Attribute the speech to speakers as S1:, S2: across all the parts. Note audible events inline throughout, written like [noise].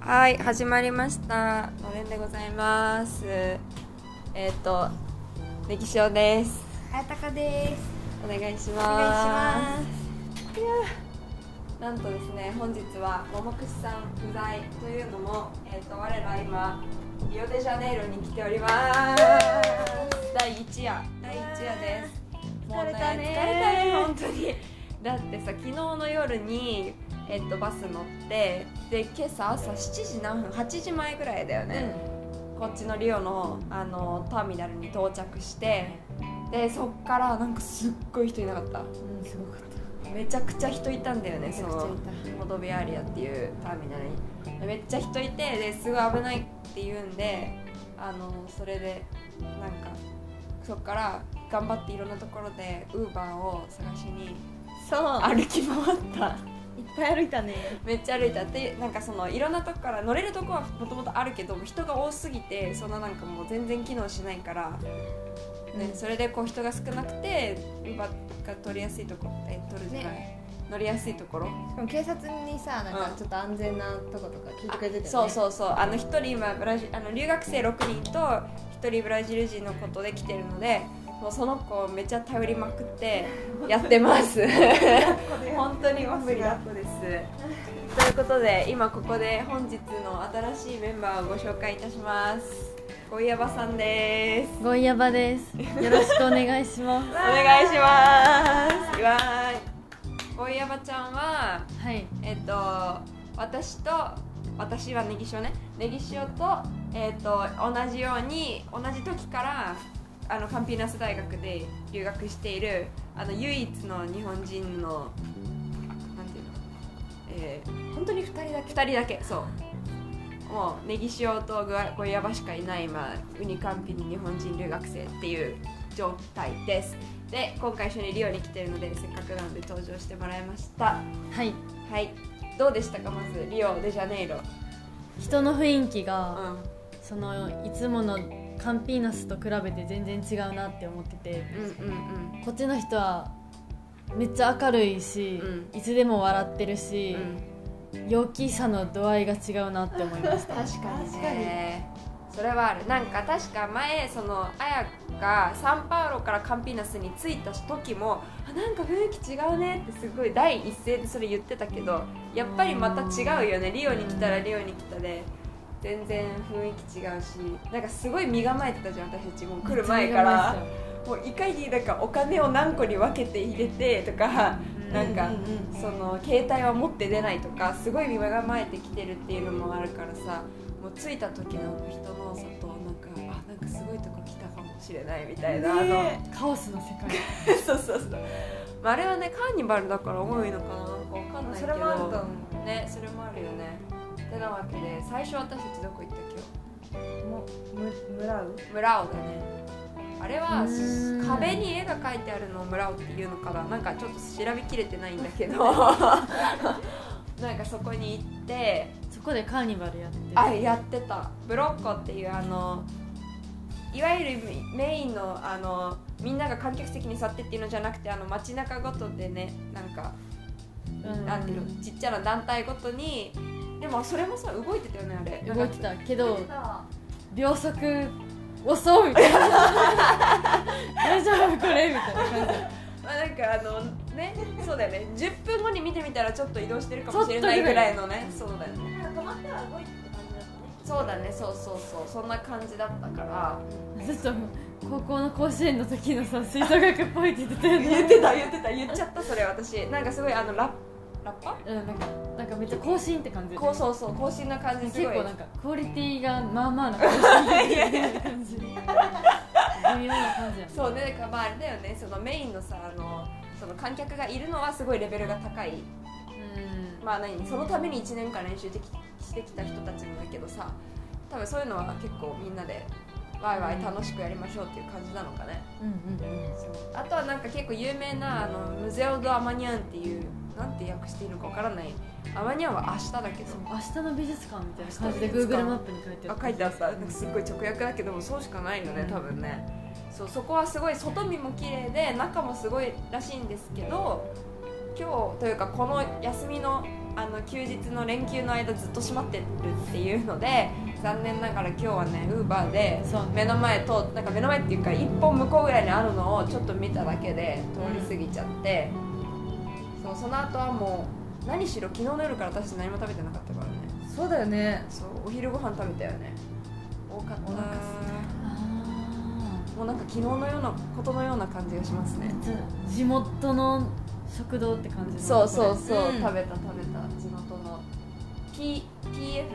S1: はい、始まりました。のれんでございます。えっ、と、歴史おです。
S2: あやたかです。
S1: お願いし
S2: お願いし
S1: ま。
S2: ます
S1: なんとですね、本日は桃串さん不在というのも、えっ、と、我ら今。リオデジャネイロに来ております。第一夜、第一夜です。もう
S2: 疲れたね
S1: 疲れたね、本当に。だってさ、昨日の夜に。えっと、バス乗ってで今朝朝7時何分8時前ぐらいだよ
S2: す。
S1: ね、こっちのリオのあのターミナルに到着してでそっからなんかすっごい人いなかった
S2: うん、すごかっ
S1: めちゃくちゃ人いたんだよ
S2: た。
S1: ね
S2: めち
S1: そ
S2: ゃくちゃ
S1: のモドベアリアっていうターミナルにでめっちゃ人いてですごい危ないって言うんであのそれでなんかそっから頑張っていろんなところでウーバーを探しに
S2: いた。そう。
S1: 歩き回った。
S2: いっぱい歩いたね。
S1: めっちゃ歩いたってなんかそのいろんなとこから乗れるとこはもともとあるけど人が多すぎてそんななんかもう全然機能しないから、ね
S2: うん
S1: それでこう人が少なくて馬が取りやすいとこえ取るじゃない、乗りやすいところ、
S2: しかも警察にさ、なん
S1: う
S2: か
S1: ん
S2: ちょっと安全なとことか聞いてくれてたよね。
S1: そうそうそうあの一人今ブラジあの留学生6人と1人ブラジル人のことで来てるのでもうその子めっちゃ頼りまくってやってます本当に無理だですということで今ここで本日の新しいメンバーをご紹介いたします小岩場さんです
S3: ゴイヤバです。よろしくお願いします。
S1: お
S2: [laughs]
S1: 願いしますわーい小岩場ちゃんは
S3: はい。
S1: えっ、と私と私はネギ塩ねネギ塩と,、えっと同じように同じ時からあのカンピーナス大学で留学しているあの唯一の日本人のなんていうの、えー本当に2人だけ2人だけそうもうネギ塩とグアゴイヤバしかいない今ウニカンピに日本人留学生っていう状態ですで今回一緒にリオに来てるのでせっかくなので登場してもらいました
S3: はい。
S1: はい、どうでしたかまずリオデジャネイロ。
S3: 人の雰囲気
S1: う
S3: が、
S1: ん、
S3: そのいつものカンピーナスと比べて全然違うなって思ってて、
S1: うんうん
S3: こっちの人はめっちゃ明るいし、
S1: う
S3: いつでも笑ってる
S1: うん。
S3: し、
S1: うん、
S3: 陽気さの度合いが違うなって思
S1: [laughs]
S3: いました。
S1: 確かにね。それはある。なんか確か前そのあやがサンパウロからカンピーナスに着いた時もあなんか雰囲気違うねってすごい第一声でそれ言ってたけどやっぱりまた違うよねリオに来たらリオに来たで全然雰囲気違うしなんかすごい身構えてたじゃん私たちもう来る前から。もういかになんかお金を何個に分けて入れてとか、
S3: うん
S1: なんか、
S2: うんうんうん
S1: その携帯は持って出ないとかすごい身構えてきてるっていうのもあるからさもう着いた時の人の外なんかあなんかすごいとこ来たかもしれないみたいな、
S2: ね
S3: カオスの世
S1: [laughs]
S3: 界。
S1: あのそうそうそう、まあ、あれはねカーニバルだから重いのかななんかわかんないけど
S2: それもあると思
S1: ねそれもあるよねてなわけで最初私たちどこ行ったっけ
S2: う。も、む、むらう。
S1: 村尾だねあれは
S3: うーん
S1: 壁に絵が描いてあるのを村尾っていうのかななんかちょっと調べきれてないんだけ
S3: [laughs]
S1: どなんかそこに行って
S3: そこでカーニバルやってる。
S1: あやってたブロッコっていうあのいわゆるメインのあのみんなが観客席に座ってっていうのじゃなくてあの街中ごとでねなんか
S3: うん
S1: なんていうのちっちゃな団体ごとにでもそれもさ動いてたよねあれ
S3: 動いてたけど
S2: そ。
S3: 秒速遅いみたいな
S1: [laughs]
S3: 大丈夫これみたいな感じ
S1: まあなんかあのねそうだよね10分後に見てみたらちょっと移動してるかもしれないぐらいのねそうだよね
S2: 止まったら動いてって感じだったね。
S1: そうだねそうそうそうそんな感じだったから
S3: 私ちょっと高校の甲子園の時のさ吹奏楽っぽいって言ってたよ
S1: 言っ
S3: ね
S1: てた言ってた言っちゃったそれ私なんかすごいあのラッラッパ
S3: うんなんかなんかめっちゃ更新って感じ
S1: こうそうそう更新な感じす
S3: 結
S1: ごい
S3: 構なんかクオリティがまあまあな更新みたいな感じ微妙な感じやね
S1: そうねだからまああれだよねそのメインのさあのその観客がいるのはすごいレベルが高いまあ何そのために1年間練習できしてきた人たちもだけどさ多分そういうのは結構みんなでワイワイ楽しくやりましょうっていう感じなのかね、
S3: うんうんうんうん
S1: あとはなんか結構有名なあのムゼオ・ド・アマニャンっていうなんて訳していいのかわからないアマニャンは明日だけど
S3: 明日の美術館みたいな感じ
S1: 明
S3: で
S1: 日の美術館
S3: Google マップに書いてあ
S1: あ
S3: った
S1: 書いてあったなんかすっごい直訳だけどもそうしかないよね多分ねそうそこはすごい外見も綺麗で中もすごいらしいんですけど今日というかこの休みのあの休日の連休の間ずっと閉まってるっていうので残念ながら今日はねウーバーで
S3: そう
S1: 目の前となんか目の前っていうか一本向こうぐらいにあるのをちょっと見ただけで通り過ぎちゃって、そうその後はもう何しろ昨日の夜から私何も食べてなかったからね
S3: そうだよね
S1: そうお昼ご飯食べたよね多かった
S3: お腹
S1: もうなんか昨日のようなことのような感じがしますね
S3: 地元の食堂って感じ
S1: そうそうそう、
S2: う
S1: 食べた食
S2: ん
S1: べた地元の P PF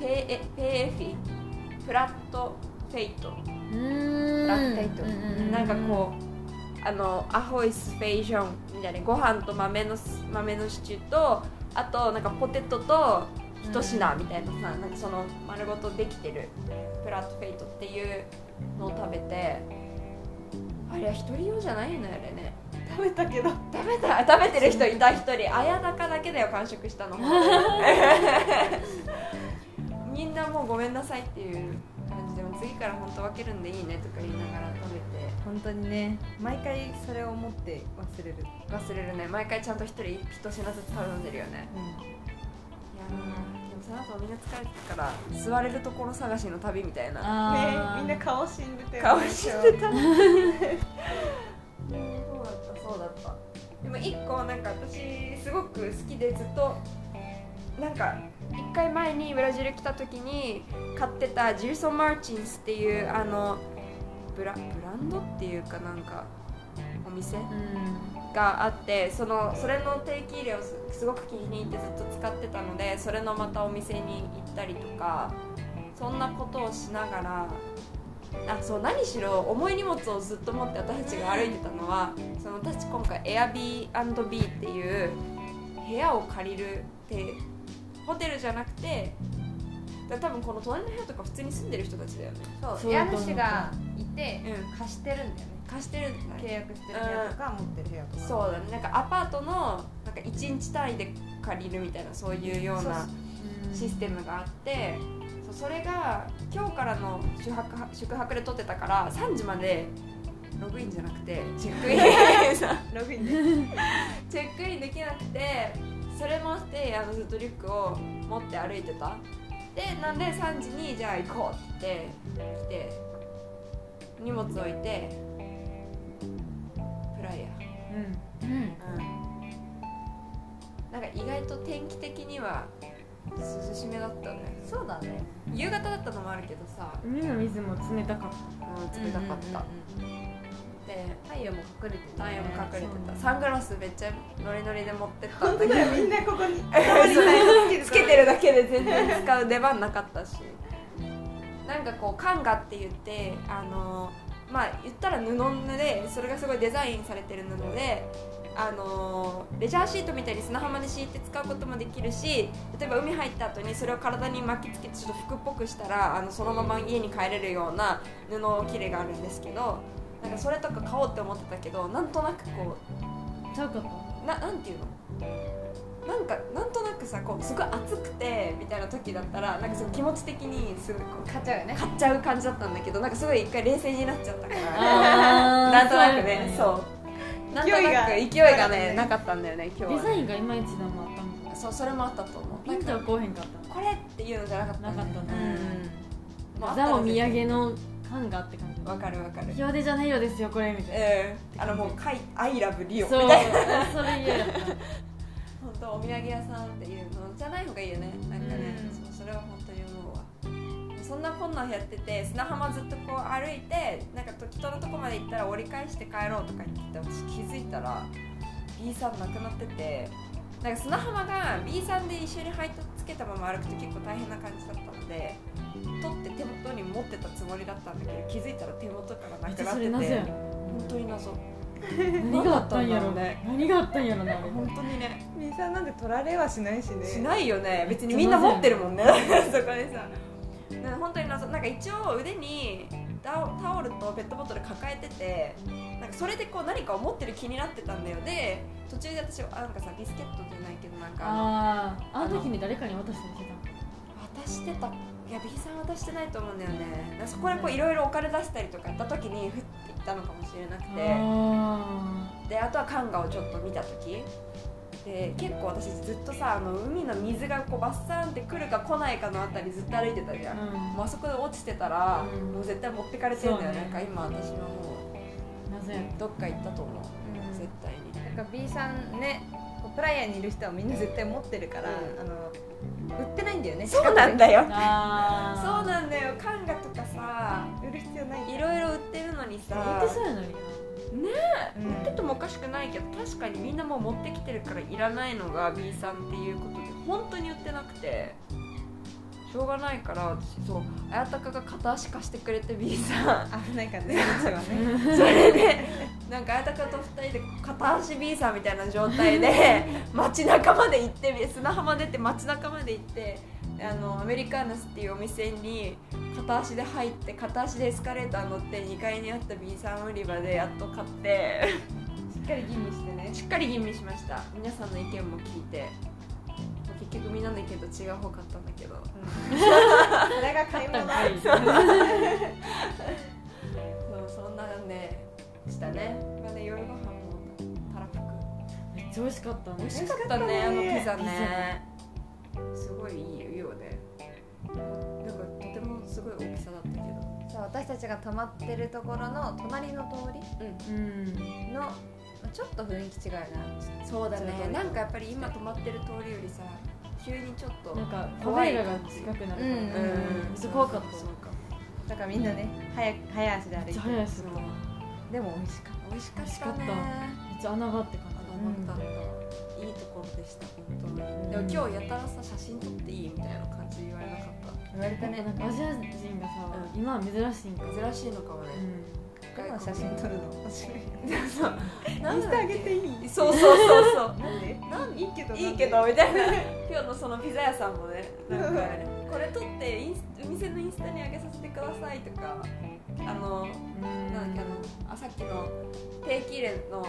S1: ペエ PF フラットフェイト、
S3: うーん
S1: ラッテイト
S3: うんうんうん
S1: なんかこうあのアホイスフェイジョンみたいなご飯と豆のス豆のシチューとあとなんかポテトと一品みたいなさ、なんかその丸ごとできてるプラットフェイトっていうのを食べてあれは一人用じゃないのよあれね
S2: 食べたけど
S1: 食べた食べてる人いた一人綾鷹だけだよ完食 [laughs] したのみんなもうごめんなさいっていう感じでも次から本当分けるんでいいねとか言いながら食べて
S2: 本当にね毎回それを思って忘れる、
S1: 忘れるね毎回ちゃんと一人一品ずつ頼んでるよねいやーでもその後みんな疲れてるから座れるところ探しの旅みたいな
S3: あー
S2: ねみんな顔死んでたよね
S1: 顔してたそうだったそうだったでも一個なんか私すごく好きでずっとなんか一回前にブラジル来た時に買ってたジルソン・マーチンスっていうあのブラブランドっていうかなんかお店
S3: うん
S1: があってそのそれの定期入れをすすごく気に入ってずっと使ってたのでそれのまたお店に行ったりとかそんなことをしながらあそう何しろ重い荷物をずっと持って私たちが歩いてたのはその私たち今回 Airbnb っていう部屋を借りるってホテルじゃなくてだ多分この隣の部屋とか普通に住んでる人たちだよね、
S2: そう
S3: そう
S2: 家
S3: だと思う
S2: 主がいて
S1: う
S2: 貸してるんだよね
S1: ん、貸してるんだね
S2: 契約してる部屋とか持ってる部屋とか
S1: そうだねなんかアパートのなんか1日単位で借りるみたいなそういうよう
S2: そう
S1: なシステムがあってそうそれが今日からの宿泊宿泊で取ってたから3時までログインじゃなくてチェックイ
S2: [laughs]
S1: ン
S2: ログインで
S1: チェックインできなくてそれもあってあのずっとリュックを持って歩いてたでなんで3時にじゃあ行こうって言って来て荷物置いてプライヤー
S3: う
S2: う
S3: ん
S2: ん
S1: なんか意外と天気的には涼しめだったね
S2: そうだね
S1: 夕方だったのもあるけどさ
S3: 海の水も冷たかっ
S1: うん冷たかった、で
S2: 太陽も隠れてた
S1: 太陽も隠れて
S3: そう
S1: たサングラスめっちゃノリノリで持ってったんだ
S2: 本
S1: け
S2: 当
S1: ど
S2: だ
S1: [laughs]
S2: よみんなここに
S1: つけてるだけで全然使う出番なかったしなんかこうカンガって言ってあのまあ言ったら布でそれがすごいデザインされてる布であのレジャーシートみたいに砂浜で敷いて使うこともできるし例えば海入った後にそれを体に巻きつけてちょっと服っぽくしたらあのそのまま家に帰れるような布切れがあるんですけどなんかそれとか買おうって思ってたけどなんとなくこう
S3: たちゃうかった
S1: ななんていうのなんかなんとなくさこうすごい暑くてみたいな時だったらなんかすごい気持ち的にすごいこう
S2: 買っちゃうよね
S1: 買っちゃう感じだったんだけどなんかすごい一回冷静になっちゃったからな
S3: なん
S1: となくねそうなんとなく勢
S2: 勢
S1: い
S2: いが
S1: がねなかったんだよね今日
S3: デ
S1: は
S3: ザ
S1: ね
S3: インがいまいちだもんあったもん
S1: そうそれもあったと思う
S3: ピンと
S1: な
S3: は
S1: んか
S3: こうへんかった
S1: これっていうのじゃなかった
S3: なかったね
S1: うんもうあ
S3: な
S1: ったら
S3: ザ・お土産の感があって感じ
S1: わかるわかる
S3: 日の出じゃないよですよこれみたい
S1: うんあのもう「かい I love リオ」み
S3: なそ
S1: [laughs] た
S3: う
S1: い
S3: そ
S1: な
S3: れ嫌やった
S1: 本当お土産屋さんっていうのじゃない方がいいよねなんかね、
S2: うん
S1: そうそれは本当に思うわそんなこんなんやってて砂浜ずっとこう歩いてなんか適当なとこまで行ったら折り返して帰ろうとか言ってて私気づいたら B さんなくなっててなんか砂浜が B さんで一緒にハイトつけたまま歩くと結構大変な感じだったので取って手元に持ってたつもりだったんだけど気づいたら手元からなくな
S3: そ
S1: っ
S3: れな
S1: て
S3: ぜや
S1: て
S3: ろ
S1: 本当に謎
S3: 何があったんや
S1: 何だったんだろ
S3: ろ
S1: うね
S3: 何があったんやろなあれ
S1: 本当にね
S2: みさんなんで取られはしないしね
S1: しないよね別にみんな持ってるもんね [laughs] そこでさなんか本当に謎なんか一応腕にタオタオルとペットボトル抱えててなんかそれでこう何かを持ってる気になってたんだよで途中で私あなんかさビスケットじゃないけどなんか
S3: あーあの時に誰かに渡したりして
S1: 渡してたいや B さん渡してないと思うんだよねなんかそこでこういろいろお金出したりとかやった時にふっていったのかもしれなく
S3: た
S1: て
S3: あ
S1: であとはカンガをちょっと見た時で結構私ずっとさあの海の水がこうバッサンって来るか来ないかのあたりずっと歩いてたじゃん、もうあそこで落ちてたら、
S3: うん
S1: もう絶対持ってかれてんだよ、
S3: そうね
S1: なんか今私はも
S3: なぜ
S1: うどっか行ったと思う、絶対に
S2: なんか B さんねこうプライヤーにいる人はみんな絶対持ってるから、
S1: うん
S2: あの売ってないんだよね
S1: [laughs] そうなんだ
S2: よ
S1: よ
S3: あ
S1: そう
S3: あ
S1: なんだよカンガとかさ
S2: 売る必要ない
S1: いろいろ売ってるのにさ
S3: 言ってそうやのに
S2: うん
S1: 売っててもおかしくないけど確かにみんなもう持ってきてるからいらないのが B さんっていうことで本当に売ってなくてしょうがないから私そう綾鷹が片足貸してくれて B さ
S2: [laughs]
S1: ん
S2: 危ないからねうちはね
S1: それでなんか綾鷹と2人で片足 B さんみたいな状態で街中まで行って砂浜出て街中まで行ってあのアメリカーナスっていうお店に片足で入って片足でエスカレーター乗って2階にあった B さん売り場でやっと買って。
S2: しっかり吟味してね
S1: しっかり吟味しました皆さんの意見も聞いてまあ結局みんなの意見と違う方買ったんだけど
S2: それが買い物
S1: そうそんなんでしたねまあね夜ご飯もたらふく
S3: めっちゃ美味しかったね
S1: 美味しかったねあのピザ
S3: ピ
S1: ねすごいいいよねなんかとてもすごい大きさだったけど
S2: そう私たちが泊まってるところの隣の通り
S3: うん
S2: のまあちょっと雰囲気違うな
S1: そうだ
S2: ね
S1: ねなんかやっぱり今泊まってる通りよりさ急にちょっと
S3: なんかカメラが近くなるから
S2: うん
S3: めっちゃ怖かった
S1: そうか
S2: だからみんなね早く早足で歩い
S3: めってちゃ早いっす
S1: そう
S3: ねめっ
S2: でも美味しかっ
S1: 美味しか
S3: 美味し
S1: っ
S3: か
S1: た
S3: っ
S1: ね
S3: ちゃ穴場って感じ
S1: あの思ったんだ、いいところでした本当に、
S3: ん
S1: でも今日やたらさ写真撮っていいみたいな感じで言われなかった
S2: 言われたね
S3: なんかアジア人がさ、
S1: う
S3: 今は珍しいんか、
S1: た珍しいのかもね、
S2: どんな写真撮るの面白い
S1: な
S2: イ
S1: ん
S2: ンス
S1: だっ
S2: タ
S1: け
S2: 上げていい
S1: そうそうそうそう
S2: なんで
S1: なん
S2: いいけ
S1: [laughs]
S2: ど
S1: いいけどみたいな今日のそのピザ屋さんもねなんかこれ撮ってインスお店のインスタに上げさせてくださいとかあの
S3: うん
S1: なんだっけあのあさっきの定期入れの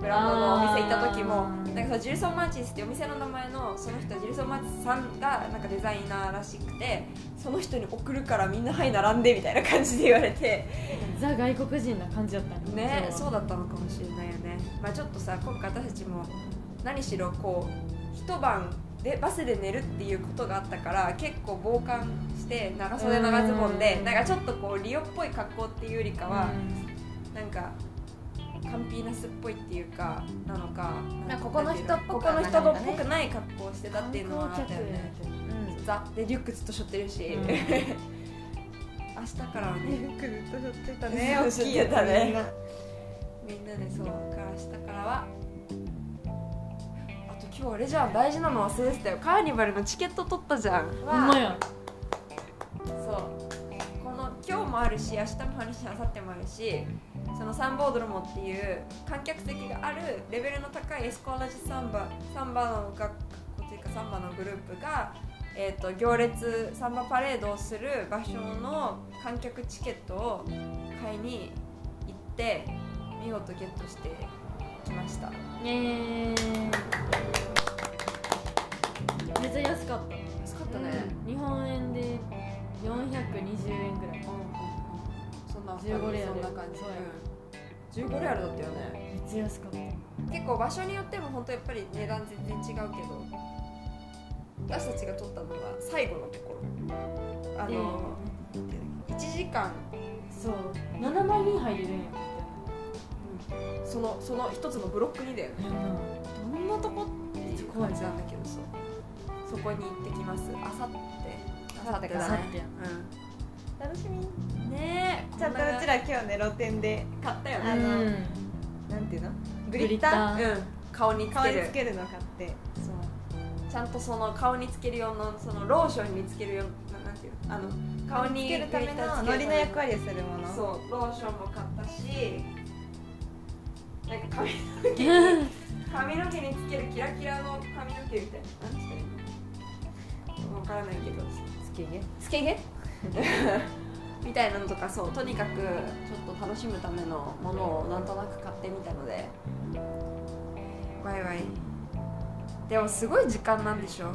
S1: ブランドのお店行った時も
S3: あー
S1: なんかそのジルソン・マーチスっていうお店の名前のその人ジルソン・マーチスさんがなんかデザイナーらしくてその人に送るからみんな「はい並んで」みたいな感じで言われ
S3: [laughs]
S1: て
S3: ザ外国人な感じだった
S1: ね
S3: 今日は
S1: そうだったのかもしれないよね、まあ、ちょっとさ今回私たちも何しろこう一晩でバスで寝るっていうことがあったから結構防寒して長袖長ズボンで
S3: うん
S1: なんかちょっとこうリオっぽい格好っていうよりかは、
S3: うん
S1: なんかカンピーナスっぽいっていうかなのか
S2: まあここの人っぽ
S1: こ
S2: く
S1: こ
S2: は
S1: の
S2: な
S1: 人
S2: かったね
S1: っぽくない格好をしてたっていうのはあったよね
S2: うん
S1: ザでリュックずっと背負ってるし、 [laughs]
S3: うん
S1: 明日からはね
S2: よくずっと撮ってた
S1: ね
S2: ね
S1: 大
S2: 大
S1: き
S2: き
S1: い
S2: い
S1: や
S2: や
S1: つ
S2: つ
S1: ね
S2: みんな
S1: みんなでそうだから明日からはあと今日あれじゃん大事なの忘れてたよカーニバルのチケット取ったじゃん
S3: ほんまや
S1: そうこの今日もあるし明日もあるし明後日もあるしそのサンボードロモっていう観客席があるレベルの高いエスコーラジサンバサンバの学校というかサンバのグループが、えー、と行列サンバパレードをする場所の観客チケットを買いに行って見事ゲットしてきました
S3: イエーイめっちゃ安かった
S1: 安かった
S2: ね
S3: 日本円で420円ぐらい
S1: そんな
S3: 15レアル
S1: そんな感じ
S3: そうや
S1: うん15レアルだったよね
S3: めっちゃ安かった
S1: 結構場所によっても本当やっぱり値段全然違うけど私たちが取ったのが最後のところあ
S3: で
S1: の、1時間
S3: そう7万人入れるんやっ
S1: そのその一つのブロックにだよね
S3: たよ
S1: どんなとこっていう感じなんだけどそうそこに行ってきますあさって
S2: 明後日
S3: な
S2: だ
S3: あ
S2: ね
S3: さってや
S2: 楽しみ
S1: うんねえ
S2: ちゃんとうちら今日ね露店で
S1: 買ったよ
S2: あ
S3: な
S1: ね [laughs]
S2: の
S3: うん
S2: なんていうのグ
S3: リ
S2: リ
S3: ッ
S2: ッ
S3: タ
S2: タ
S3: ー
S2: ー
S1: うん顔につ
S2: 顔
S1: け
S2: に
S1: る
S2: つけるの買って
S1: そうちゃんとその顔につける用のそのローションにつける用ななんていうのあの顔に
S2: つけるため
S1: グリッター
S2: の
S1: つけ
S2: の
S1: る
S2: り
S1: た
S2: の
S1: め
S2: 役割をするもの
S1: そうローションも買ったしなんか髪 [laughs] 髪の毛につけるキラキラの髪の毛みたいな何したらいいの分からないけど
S2: つけ毛
S1: つけ毛みたいなのとかそうとにかくちょっと楽しむためのものをなんとなく買ってみたのでワイワイでもすごい時間なんでしょ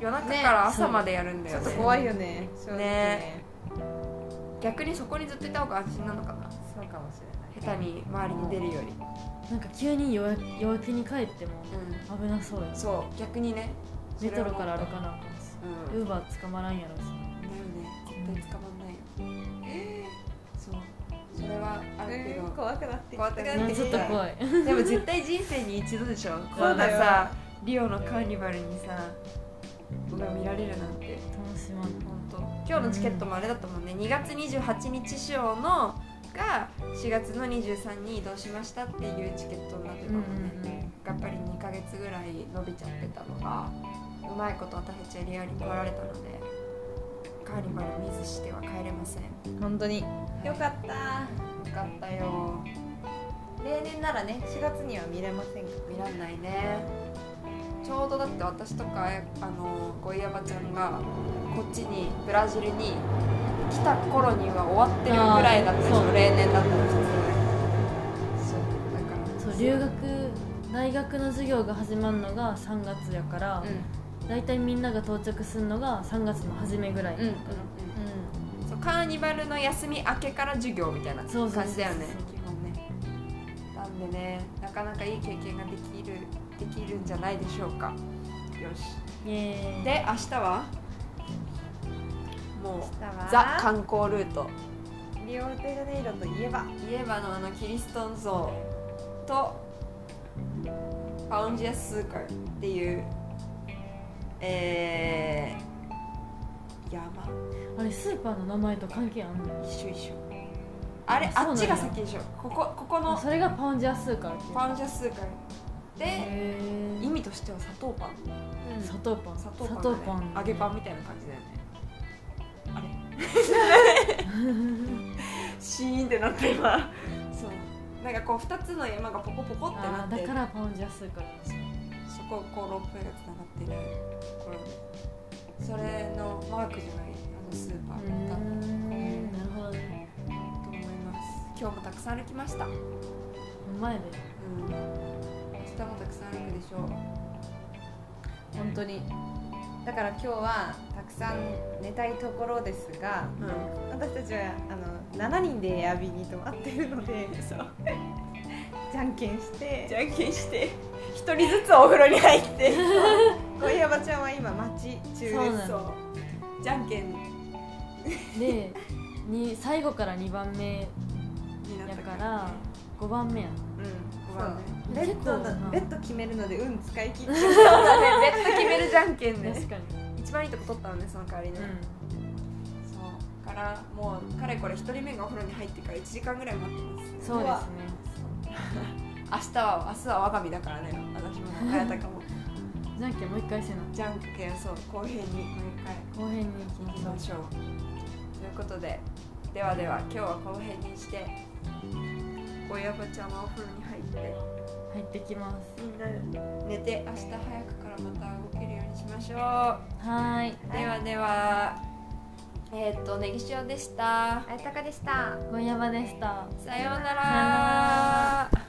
S1: 夜中から朝までやるんだ
S2: ちょ
S1: よ
S2: っ
S1: ね
S2: と怖いよね正直
S1: ね
S2: ね
S1: 逆にそこにずっといた方が安心なのかな
S2: そうかもしれない
S1: 下手に周りに出るより
S3: なんか急に夜夜明けに帰っても
S1: う
S3: 危なそうや
S1: ん、そう逆にね
S3: メトロから歩
S1: な
S3: かなあかんし
S1: うん
S3: ウーバー捕まらんやろし
S1: だよね絶対捕まんないよそうそれはあるけ
S2: え
S1: ど、
S2: ー怖くなってき
S1: 怖
S2: た
S1: くなってきた
S3: なんかちょっと怖い
S1: でも絶対人生に一度でしょ
S2: そうだよ
S1: こんなさリオのカーニバルにさ僕が見られるなんて
S3: 楽しまん
S1: 本当今日のチケットもあれだったもんね2月28日ショーのが4月の23に移動しましたっていうチケットになってたもんね、
S3: うんうんうん
S1: やっぱり2ヶ月ぐらい伸びちゃってたのがうまいこと私たちはリアルに来られたのでカーニバル見ずしては帰れません
S2: 本当によ
S1: よ
S2: かった
S1: かったよ
S2: 例年ならね4月には見れませんが
S1: 見らんないねちょうどだって私とかあのゴイヤバちゃんがこっちにブラジルに来た頃には終わってるぐらいだったでし
S3: あーそ
S1: ょ
S3: う
S1: 例年だったら普通そうだから
S3: そう留学大学の授業が始まるのが3月やから、だいたいみんなが到着するのが3月の初めぐらい、
S1: うんうんうん
S3: う
S1: うんそうカーニバルの休み明けから授業みたいな
S3: そうそうそうそう
S1: 感じだよね基本ねなんでねなかなかいい経験ができるできるんじゃないでしょうかよし
S3: ん、イエーイ
S1: で明日はもう
S2: 明日は
S1: ザ観光ルート
S2: リオデジャネイロといえば
S1: イエバのあのキリストン像とパウンジアスーカーっていうえー、山
S3: あれスーパーの名前と関係あんの
S1: 一緒一緒あれ
S3: あそう
S1: あ
S3: なんや
S1: っちが先でしょここここの
S3: それがパウンジアスーカーっていう
S1: パウンジアスーカーで
S3: へ
S1: 意
S3: ー
S1: 味としては砂糖パン
S3: 砂糖パン
S1: 砂糖パン,、
S3: 砂糖パン
S1: 揚げパンみたいな感じだよねあれ [laughs] シーンってなった今そうなんかこう2つの山がポコポコってな
S3: あ
S1: っ
S3: ー
S1: て
S3: だからパウンジアスーカーなんですよ
S1: そこをこうロープウェイがつながってるところでそれのマークじゃないあのスーパ
S3: う
S1: ーだっ
S3: んなるほどね
S1: たと思います今日もたくさん歩きましたうん
S3: うまいね
S1: 明日もたくさん歩くでしょう
S2: 本当にだから今日はたくさん寝たいところですが
S1: う
S2: 私たちはあの7人でエアビーに泊まってるので
S1: んそう
S2: じゃんけんして
S1: ゃんけんして一人ずつお風呂に入って
S2: 小岩場ちゃんは今待ち中です
S3: そうなの
S1: そうじゃんけんに
S3: でに最後から2番目
S1: なった
S3: やから5番目やな
S1: うんご
S2: そ
S1: めん
S2: う
S1: ね
S2: ベッド
S3: 結構な
S2: のベッド決めるので運使い切って
S1: そうだね絶対決めるじゃんけんね
S3: 確かに
S1: 一番いいとこ取ったのねその代わりね、
S3: う
S1: そうからもうかれこれ一人目がお風呂に入ってから1時間ぐらい待ってます、
S3: んそうですね
S1: 明日は明日は我が身だからね私も早田か [laughs] も
S3: じゃんけんもう一回せな
S1: じゃんけんそう公平に毎回
S3: 後編に行
S1: 行
S3: き
S1: き
S3: ま
S1: ま
S3: し
S1: しょうということでではでは今日は公平にして親ばちゃんはお風呂に入って
S3: ょう入ってきます
S1: みんな寝て明日早くからまた動けるようにしましょう、
S3: はーい
S1: ではではえっ、とネギ塩でした
S2: あやたかでした
S3: ゴンヤバでした
S1: さような
S3: さような
S1: ら